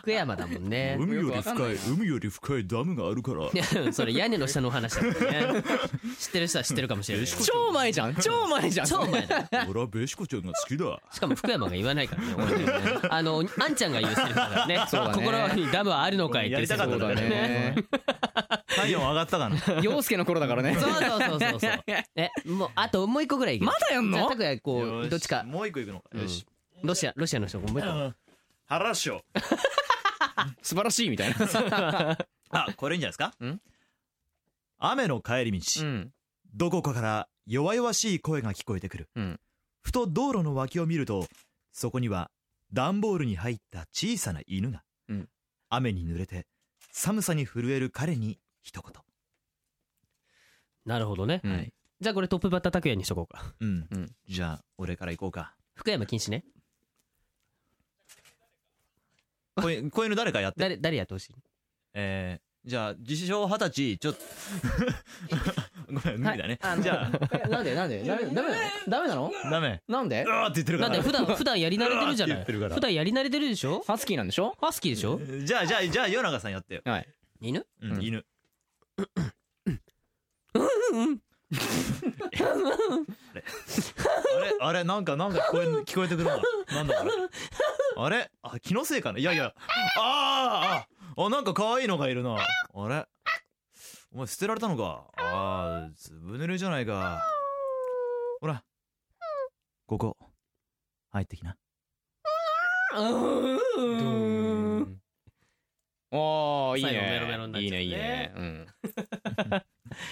Speaker 1: 福山だもんね
Speaker 4: 海より深い、海より深いダムがあるから。
Speaker 1: [laughs] それ屋根の下のお話だからね知ってる人は知ってるかもしれない
Speaker 4: よし
Speaker 2: 超前じゃん超前じゃん
Speaker 1: 超前だ
Speaker 4: 俺はベシコちゃんが好き
Speaker 5: [laughs]
Speaker 4: だ。
Speaker 1: しかも福山が言わないからね俺ねあのあんちゃんが言うセリフだからね
Speaker 2: そうだね
Speaker 1: 心にダムはあるのかいって
Speaker 5: やりたかったんだよ
Speaker 1: そうだ
Speaker 2: ね
Speaker 5: 体温上がったかな
Speaker 2: 陽介の頃だからね
Speaker 1: そうそうそうそうそうえもうあともう一個ぐらいいける
Speaker 2: まだやん
Speaker 1: じゃあ
Speaker 2: の
Speaker 1: 拓哉こ
Speaker 5: よ
Speaker 1: う
Speaker 5: し
Speaker 1: どっちか
Speaker 5: もう一個いくのかよし
Speaker 1: ロシアロシアの人もう一個
Speaker 5: 腹っしょ
Speaker 2: 素晴らしいみたいな
Speaker 5: あこれいいんじゃないですか
Speaker 2: ん
Speaker 5: 雨の帰り道
Speaker 2: ん
Speaker 5: どこかから弱々しい声が聞こえてくる、
Speaker 2: うん
Speaker 5: ふと道路の脇を見るとそこには段ボールに入った小さな犬が、
Speaker 2: うん
Speaker 5: 雨に濡れて寒さに震える彼に一
Speaker 1: なるほどね
Speaker 2: うん
Speaker 5: はい
Speaker 1: じゃあこれトップバッター拓哉にしとこうか [laughs]
Speaker 5: 言うん、
Speaker 2: うん
Speaker 5: じゃあ俺から行こうか
Speaker 1: 福山禁止ね
Speaker 5: こういうの誰かや [laughs] って
Speaker 1: 誰誰やってほし [laughs] い
Speaker 5: えー、じゃあ自称二十歳ちょっと [laughs] ごめん無理だね、じゃ
Speaker 2: なんでなんでダメダメなのダメなの
Speaker 5: あダ [laughs] メ
Speaker 2: なんで
Speaker 5: うわーって言ってるか
Speaker 1: だっ
Speaker 5: ら
Speaker 1: て普段普段やり慣れてるじゃ [laughs] な
Speaker 5: うわー
Speaker 1: い
Speaker 5: って言ってるから
Speaker 1: 普段やり慣れてるでしょ
Speaker 2: ハスキーなんでしょ
Speaker 1: [laughs] ハスキーでしょ
Speaker 5: じゃあじゃあじゃあ夜長さんやってよ、
Speaker 2: はい
Speaker 1: 犬
Speaker 5: うん
Speaker 2: うん
Speaker 5: 犬あれあれあれなんかなんか聞こえん聞こえてくるななんだあれあれあ気のせいかないやいやあーああなんか可愛いのがいるなあれお前捨てられたのかああずぶ濡れじゃないかほらここ入ってきな
Speaker 1: [laughs]
Speaker 2: おーいい
Speaker 1: 最後メロメロにな
Speaker 2: ね
Speaker 1: っちゃうね
Speaker 2: いいねいいねうん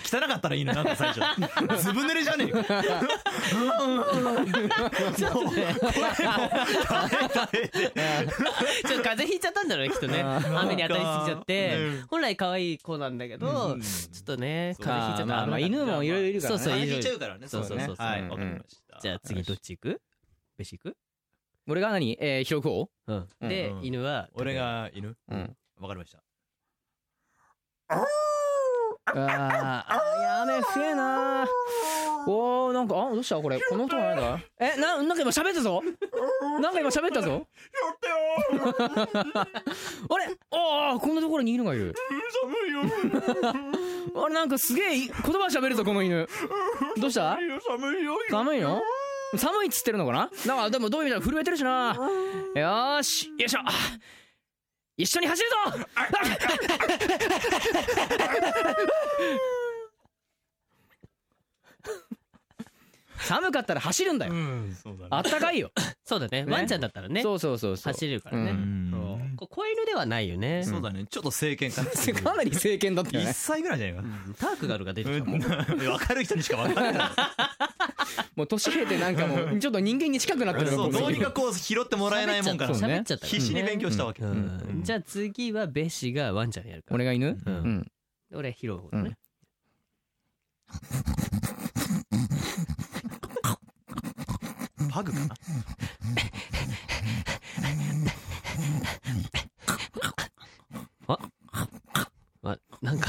Speaker 5: 汚かったらいいのなんか最初ずぶ濡れじゃ [laughs] ねえか
Speaker 1: ちょっと風邪ひいちゃったんだろうねきっとね
Speaker 2: あー
Speaker 1: 雨に当たりすぎちゃって
Speaker 5: うん
Speaker 1: 本来可愛い子なんだけど
Speaker 5: うん
Speaker 1: ちょっとね
Speaker 5: そう
Speaker 1: 風邪ひいちゃった
Speaker 2: まあまあ犬もいろいろいるからね
Speaker 1: そうそう
Speaker 5: あ
Speaker 1: い
Speaker 5: れ
Speaker 1: る
Speaker 5: 引いちゃうからね
Speaker 1: そうそうそうそう
Speaker 5: はい
Speaker 2: うん
Speaker 5: わかりました
Speaker 1: じゃあ次どっち行く飯行く
Speaker 2: 俺が何えー広くを
Speaker 1: うん
Speaker 2: ん
Speaker 1: で
Speaker 5: うん
Speaker 1: 犬は
Speaker 5: 俺が犬
Speaker 2: うん
Speaker 5: わかりました
Speaker 2: あーあーやめせえなおーなんかあどうしたこれこの音がないだえななんか今喋ったぞなんか今喋ったぞあれああこんなところに犬がいる
Speaker 4: 寒いよ
Speaker 2: あれなんかすげえ言葉喋るぞこの犬どうした
Speaker 4: 寒いよ
Speaker 2: 寒いの寒いっつってるのかななんかでもどういう意味だか震えてるしなよーしよいしょ一緒に走るぞ寒かったら走るんだよ
Speaker 5: そうだ
Speaker 2: あったかいよ
Speaker 1: そうだね
Speaker 2: ね
Speaker 1: ワンちゃんだったらね
Speaker 2: そうそうそうそう
Speaker 1: 走れるからね
Speaker 2: う
Speaker 1: そうこ子犬ではないよね
Speaker 5: そうだねちょっと政権かな
Speaker 1: [laughs]
Speaker 2: かなり政権だったよ
Speaker 5: 一
Speaker 2: ね
Speaker 5: 歳ぐらいじゃないか
Speaker 1: タークガルが出てきたもん
Speaker 5: 分かる人にしか分かんない
Speaker 2: もう年経てなんかもうちょっと人間に近くなってる
Speaker 5: そうどうにかこう拾ってもらえないもんから
Speaker 2: そうね
Speaker 1: 喋っちゃった
Speaker 5: 必死に勉強したわけ
Speaker 1: うんじゃあ次はベシがワンちゃんやるから
Speaker 2: 俺が犬
Speaker 1: うん
Speaker 2: うん
Speaker 1: 俺拾う方だね
Speaker 5: パグかな
Speaker 1: あなんか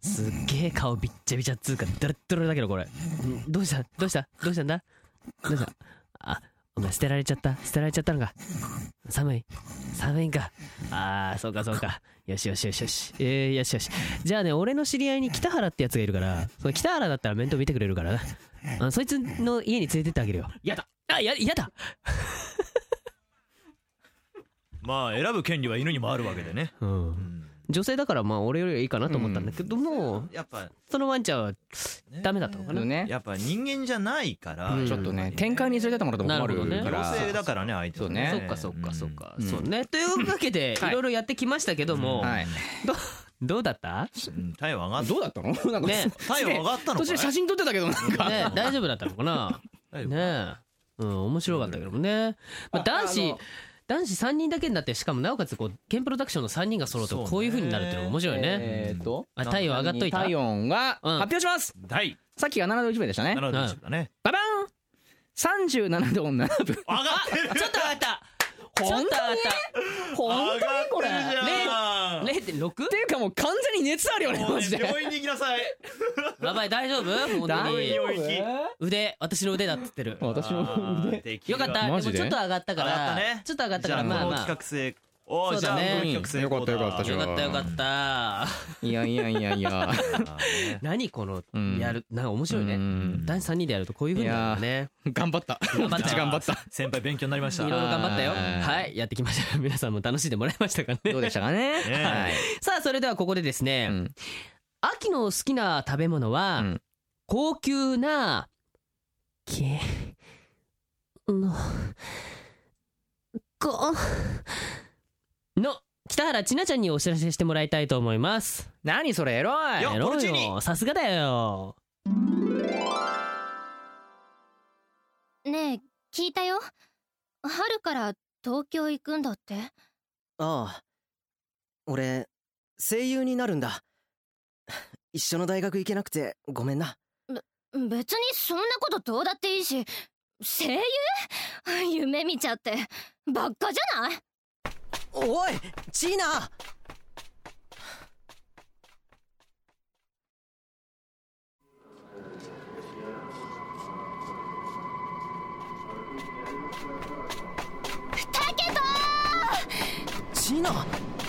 Speaker 1: すっげえ顔びっちゃびちゃっつうかだらっとろだけどこれんどうしたどうしたどうしたんだどうしたあごめん今捨てられちゃった捨てられちゃったのか寒い寒いんかあーそうかそうかよしよしよしよしえー、よしよしじゃあね俺の知り合いに北原ってやつがいるからその北原だったら面倒見てくれるからなあそいつの家に連れてってあげるよやだあややだ
Speaker 5: まあ選ぶ権利は犬にもあるわけでね、
Speaker 1: う
Speaker 5: うんん、
Speaker 1: 女性だからまあ俺よりはいいかなと思ったんだけども、
Speaker 5: やっぱ、
Speaker 1: そのワンちゃんは
Speaker 5: ね
Speaker 1: ダメだったのかな、
Speaker 2: ね
Speaker 5: やっぱ人間じゃないから、
Speaker 1: うん
Speaker 5: ち
Speaker 2: ち
Speaker 5: ょ
Speaker 2: ょ
Speaker 5: っ
Speaker 2: っ
Speaker 5: と
Speaker 2: と
Speaker 5: ね
Speaker 2: ね展開に連れてってもらった
Speaker 1: な
Speaker 2: も
Speaker 1: るほど
Speaker 2: 困
Speaker 1: ね
Speaker 2: るか
Speaker 5: 女
Speaker 2: ら
Speaker 5: 性だからね相手はね
Speaker 1: そ
Speaker 2: そう
Speaker 1: っかそっかそっか、
Speaker 5: うん
Speaker 1: そうねというわけ
Speaker 5: [laughs]
Speaker 1: で、
Speaker 2: はい
Speaker 1: いろいろやってきましたけども、
Speaker 2: はい
Speaker 1: どうだ
Speaker 5: [laughs]
Speaker 1: った
Speaker 5: うん体温上がっ
Speaker 2: どうだったのなんか
Speaker 1: ね
Speaker 5: 体温上がった
Speaker 2: 途
Speaker 5: の
Speaker 2: 中
Speaker 5: かい
Speaker 2: で写真撮ってたけどなんか
Speaker 1: ね大丈夫だったのか
Speaker 5: [laughs]
Speaker 1: な
Speaker 5: 大丈夫
Speaker 1: ねえ、うん、面白かったけどもね、まあ、
Speaker 2: あ
Speaker 1: 男
Speaker 2: あ
Speaker 1: 子
Speaker 2: の
Speaker 1: 男子3人だけになってしかもなおかつこうケンプロダクションの3人が揃う
Speaker 5: そう
Speaker 1: と
Speaker 5: ね
Speaker 1: こういう風になるっていうのが面白いよね、
Speaker 2: えーっと
Speaker 1: あ体温上がっといた
Speaker 2: 体温が
Speaker 1: うん
Speaker 2: 発表します
Speaker 5: はい
Speaker 2: さっきが7度1分でしたね
Speaker 5: なるほど一緒だね
Speaker 2: ババーン37度7分
Speaker 5: 上がってる
Speaker 1: ちょっと上がったちょっと上がっ
Speaker 2: 本当にこれ
Speaker 5: 上がってるじゃん
Speaker 1: た 0.6?
Speaker 2: っていうかもう完全に熱あるよね
Speaker 5: もう
Speaker 2: マ
Speaker 5: ね
Speaker 2: ジで
Speaker 5: 病院に行きなさい
Speaker 1: やばい大丈夫本当
Speaker 2: 大
Speaker 1: に
Speaker 5: 丈夫病気
Speaker 1: 腕私の腕だって言って
Speaker 5: [laughs]
Speaker 1: る
Speaker 2: 私も腕
Speaker 1: よかったでも
Speaker 2: マ
Speaker 1: ちょ
Speaker 2: ジ
Speaker 1: っ
Speaker 2: で
Speaker 1: と上がったか
Speaker 5: 上が
Speaker 1: ら
Speaker 5: ったね
Speaker 1: ちょっと上がった
Speaker 5: じ
Speaker 1: から
Speaker 5: ゃあこ
Speaker 1: まあ
Speaker 5: の
Speaker 1: まあ
Speaker 5: 企画成おー
Speaker 1: そう
Speaker 5: じゃ
Speaker 1: だ
Speaker 5: あこ
Speaker 1: ね
Speaker 5: の企画成功だ
Speaker 2: よかった
Speaker 1: よ
Speaker 2: よ
Speaker 1: かったよかった
Speaker 2: いやいやいやいや
Speaker 1: [laughs] 何この
Speaker 2: うん
Speaker 1: やるなんか面白いね
Speaker 2: うん
Speaker 1: 男子3人でやるとこういう風になるんだね
Speaker 2: 頑張った
Speaker 1: 頑張った
Speaker 2: 頑張った
Speaker 5: 先輩勉強になりま
Speaker 1: い
Speaker 5: した
Speaker 1: ろいろ頑張ったよ
Speaker 2: はい
Speaker 1: はいやってきました [laughs] 皆さんも楽しんでもらいましたかね
Speaker 2: どうでしたかね
Speaker 5: ね
Speaker 2: はい
Speaker 1: さあそれではここでですね、
Speaker 2: うん
Speaker 1: 秋の好きな食べ物は、
Speaker 2: うん
Speaker 1: 高級なけのこの北原千奈ちゃんにお知らせしてもらいたいと思います
Speaker 2: 何それエロい
Speaker 5: よあ
Speaker 1: やろ
Speaker 5: ポ
Speaker 1: う
Speaker 5: ルチー
Speaker 1: よさすがだよ
Speaker 7: ねえ聞いたよ春から東京行くんだって
Speaker 8: ああ俺声優になるんだ [laughs] 一緒の大学行けなくてごめんな
Speaker 7: 別にそんなことどうだっていいし声優 [laughs] 夢見ちゃってばっかじゃない
Speaker 8: おいチーナ
Speaker 7: タケト
Speaker 8: チーナ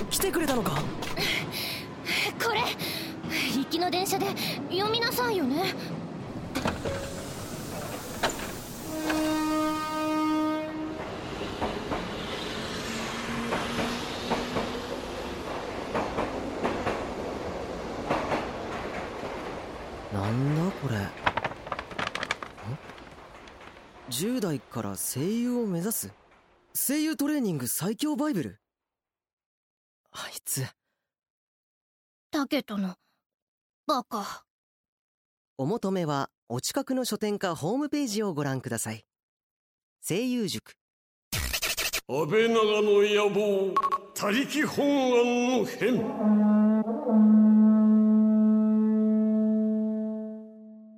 Speaker 8: 来てくれたのか
Speaker 7: これ行きの電車で読みなさいよね
Speaker 8: なんだこれん10代から声優を目指す声優トレーニング最強バイブルあいつ
Speaker 7: タケトのバカ
Speaker 8: お求めはお近くの書店かホームページをご覧ください声優塾
Speaker 9: 安倍長の野望他力本願の変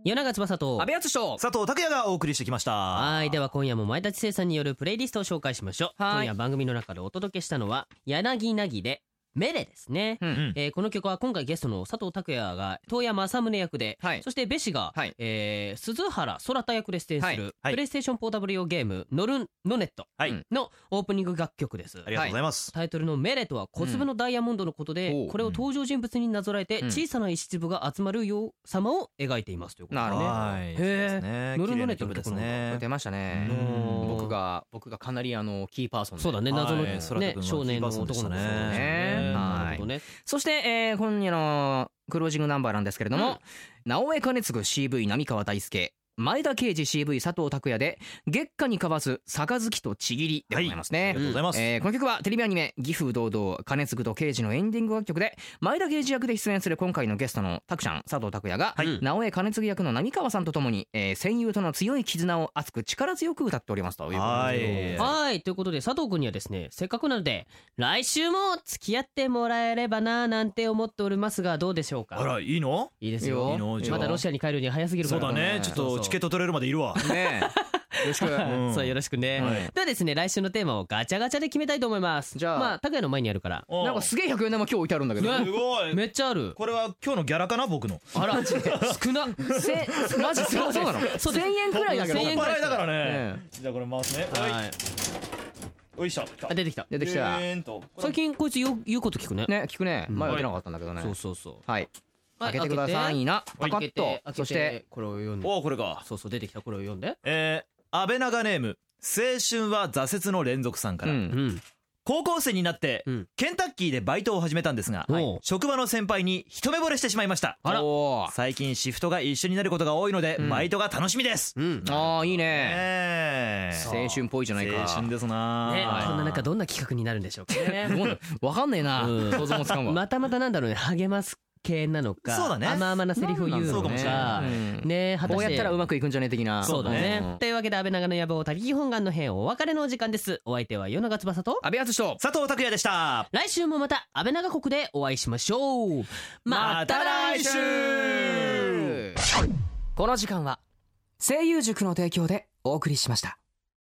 Speaker 1: 夜長翼と
Speaker 2: 安倍敦と
Speaker 5: 佐藤拓也がお送りしてきました
Speaker 1: はいでは今夜も前田知世さんによるプレイリストを紹介しましょう
Speaker 2: はい
Speaker 1: 今夜番組の中でお届けしたのは「柳なぎ」で「メレ」ですね、
Speaker 5: うん
Speaker 1: えーこの曲は今回ゲストの佐藤拓也が遠山正宗役で、
Speaker 2: はい
Speaker 1: そしてベシが、
Speaker 2: はい
Speaker 1: えー鈴原空太役で出演する、
Speaker 2: はい
Speaker 5: はい
Speaker 1: プレイステーションポータブル用ゲーム「ノルンノネット
Speaker 5: はい」
Speaker 1: のオープニング楽曲です
Speaker 5: ありがとうございます
Speaker 1: タイトルの「メレ」とは小粒のダイヤモンドのことで、
Speaker 2: うんおう
Speaker 1: これを登場人物になぞらえて
Speaker 2: うん
Speaker 1: 小さな石粒が集まるよう様を描いていますということ
Speaker 2: なるほど
Speaker 5: はいそう
Speaker 1: へ
Speaker 5: です
Speaker 1: え
Speaker 5: ね
Speaker 1: ノルノ
Speaker 5: 綺麗
Speaker 1: ネ
Speaker 5: な
Speaker 1: ットの
Speaker 5: 曲です
Speaker 1: 曲なんだ
Speaker 5: ね
Speaker 2: 出ましたね
Speaker 1: うん
Speaker 2: 僕が僕がかなりあのキーパーソンで
Speaker 1: そうだね
Speaker 5: はい
Speaker 1: 謎の
Speaker 5: 空飛ぶ
Speaker 1: ね
Speaker 5: の
Speaker 1: 少年の男の子
Speaker 5: キーパーソンでしたね
Speaker 1: そうですね
Speaker 2: はい
Speaker 1: なるほどね
Speaker 2: そして、えー今夜のクロージングナンバーなんですけれども、直江兼次 CV 浪川大輔前田慶次 CV 佐藤拓也で月下に交わす杯とちぎりでございます
Speaker 5: あ
Speaker 2: ね、
Speaker 5: りがとうございます
Speaker 2: えーこの曲はテレビアニメ「義父堂々金継ぐと刑事」のエンディング楽曲で前田慶次役で出演する今回のゲストの拓ちゃん佐藤拓也が、
Speaker 1: い
Speaker 2: 直江金継役の浪川さんとともに、えー戦友との強い絆を熱く力強く歌っておりますということで
Speaker 5: は
Speaker 1: はいということで佐藤君にはですねせっかくなので来週も付き合ってもらえればななんて思っておりますがどうでしょう
Speaker 5: あ
Speaker 1: から
Speaker 5: いいの
Speaker 1: いいです
Speaker 2: いい
Speaker 1: よ
Speaker 2: よ
Speaker 5: いいのじゃあ
Speaker 1: まだロシアに帰るには早すぎるか
Speaker 5: そ
Speaker 1: ら
Speaker 5: うだね
Speaker 2: ね
Speaker 5: ちょっとチケット取れるまでいるわ
Speaker 2: ねろ [laughs] しく。
Speaker 5: うん
Speaker 1: そうよろしくね、
Speaker 5: はい
Speaker 1: ではですね来週のテーマをガチャガチャで決めたいと思います
Speaker 2: じゃあ
Speaker 1: まあ拓哉の前にあるから
Speaker 5: おう
Speaker 2: なんかすげえ104円玉今日置いてあるんだけど。
Speaker 1: ね
Speaker 5: すごい
Speaker 1: めっちゃある
Speaker 5: これは今日のギャラかな僕の
Speaker 1: あら少な
Speaker 2: せマジそうそうな
Speaker 1: そ
Speaker 2: の
Speaker 1: うです
Speaker 2: 1000円くらいだけど
Speaker 1: 1000円ぐらい
Speaker 5: 払いだからね、
Speaker 2: え
Speaker 5: じゃあこれ回すねは
Speaker 1: はい
Speaker 5: いよいしょ
Speaker 1: あ出てきた
Speaker 2: 出てきた
Speaker 5: えーんとこれ
Speaker 1: 最近こいつ言う言うこと聞くね
Speaker 2: ね聞くね前
Speaker 1: うん
Speaker 2: は出なかったんだけどね
Speaker 1: そうそうそう
Speaker 2: はい
Speaker 1: は
Speaker 2: 開けてくださいなパ
Speaker 1: 開
Speaker 2: カ
Speaker 1: け
Speaker 2: ッ
Speaker 1: て開け
Speaker 2: と
Speaker 1: て
Speaker 2: そして
Speaker 1: これを読んで
Speaker 5: おおこれか
Speaker 1: そうそう出てきたこれを読んで
Speaker 5: えー、安倍長ネーム青春は挫折の連続さんか
Speaker 2: う
Speaker 1: う
Speaker 5: ら、
Speaker 1: んん
Speaker 5: 高校生になって、
Speaker 1: うん
Speaker 5: ケンタッキーでバイトを始めたんですが、
Speaker 1: おう
Speaker 5: 職場の先輩に一目惚れしてしまいました
Speaker 2: あら
Speaker 5: 最近シフトが一緒になることが多いので、
Speaker 2: ん
Speaker 5: バイトが楽しみです、
Speaker 1: うんね
Speaker 2: あーいいね
Speaker 5: え
Speaker 2: 青春っぽいじゃないか
Speaker 5: 青春ですな、
Speaker 1: こんな中どんな企画になるんでしょうか
Speaker 2: すごいねわかんねえな
Speaker 1: うん
Speaker 2: 想像もつかんわ
Speaker 1: またまたなんだろうね励ます系なのか
Speaker 5: そうだね
Speaker 1: 甘々なセリフを言う
Speaker 5: そ
Speaker 1: の
Speaker 5: うかもしれな
Speaker 1: か
Speaker 2: う
Speaker 5: い
Speaker 2: ん
Speaker 1: ね果た
Speaker 2: こ
Speaker 1: し
Speaker 2: うや
Speaker 1: て
Speaker 2: ったらうまくいくんじゃねえ的な
Speaker 1: そうだね、
Speaker 2: ん
Speaker 1: というわけで安倍長の野望他力本願の編お別れのお時間ですお相手は与永翼と
Speaker 2: 阿部淳と
Speaker 5: 佐藤拓也でした
Speaker 1: 来週もまた安倍長国でお会いしましょう
Speaker 5: また来週
Speaker 2: この時間は声優塾の提供でお送りしました